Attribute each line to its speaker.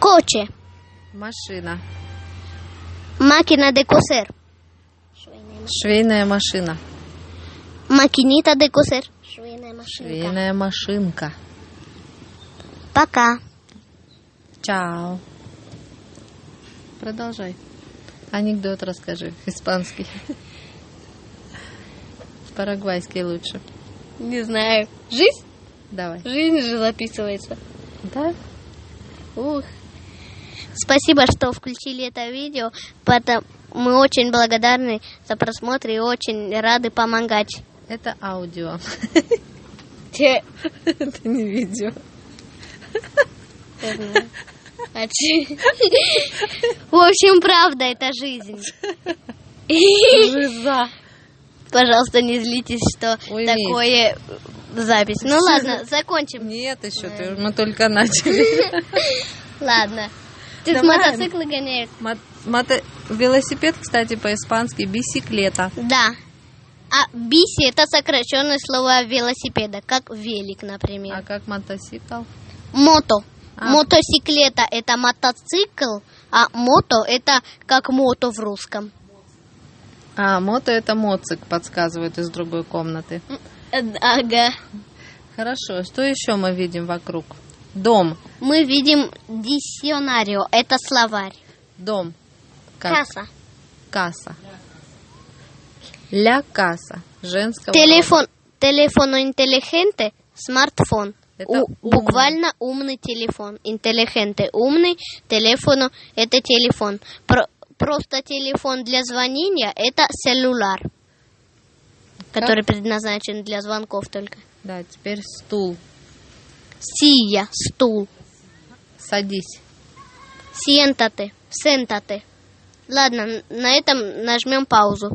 Speaker 1: Очі.
Speaker 2: Машина.
Speaker 1: Máquina de coser.
Speaker 2: Швейная машина.
Speaker 1: Maquinita de coser. Швейная машинка.
Speaker 2: Швейная машинка.
Speaker 1: Пока.
Speaker 2: Чао. Продолжай. Анекдот расскажи. Испанский. Парагвайский лучше.
Speaker 1: Не знаю. Жизнь?
Speaker 2: Давай.
Speaker 1: Жизнь же записывается.
Speaker 2: Да?
Speaker 1: Ух. Спасибо, что включили это видео. Потом мы очень благодарны за просмотр и очень рады помогать.
Speaker 2: Это аудио. Это не видео.
Speaker 1: А В общем, правда, это жизнь.
Speaker 2: Жиза.
Speaker 1: Пожалуйста, не злитесь, что
Speaker 2: Ой,
Speaker 1: такое запись. Ну ладно, закончим.
Speaker 2: Нет, еще ты, мы только начали.
Speaker 1: Ладно. Тут
Speaker 2: Давай.
Speaker 1: мотоциклы гоняют.
Speaker 2: Мот- мото- Велосипед, кстати, по-испански бисиклета.
Speaker 1: Да. А биси это сокращенное слово велосипеда, как велик, например.
Speaker 2: А как мотоцикл?
Speaker 1: Мото.
Speaker 2: А.
Speaker 1: Мотоциклета это мотоцикл, а мото это как мото в русском.
Speaker 2: А, мото это моцик, подсказывают из другой комнаты. э,
Speaker 1: Ага.
Speaker 2: Хорошо, что еще мы видим вокруг? Дом.
Speaker 1: Мы видим диссионарио, это словарь.
Speaker 2: Дом. Как?
Speaker 1: Касса.
Speaker 2: Касса. Ля касса. Женского
Speaker 1: Телефон. Телефон интеллигенте смартфон.
Speaker 2: Это
Speaker 1: У-
Speaker 2: умный.
Speaker 1: буквально умный телефон. Интеллигенте умный, телефону это телефон. Про- просто телефон для звонения это целлюлар, который предназначен для звонков только.
Speaker 2: рода. Да, теперь стул.
Speaker 1: Сия, стул.
Speaker 2: Садись.
Speaker 1: Сентаты, сентаты. Ладно, н- на этом нажмем паузу.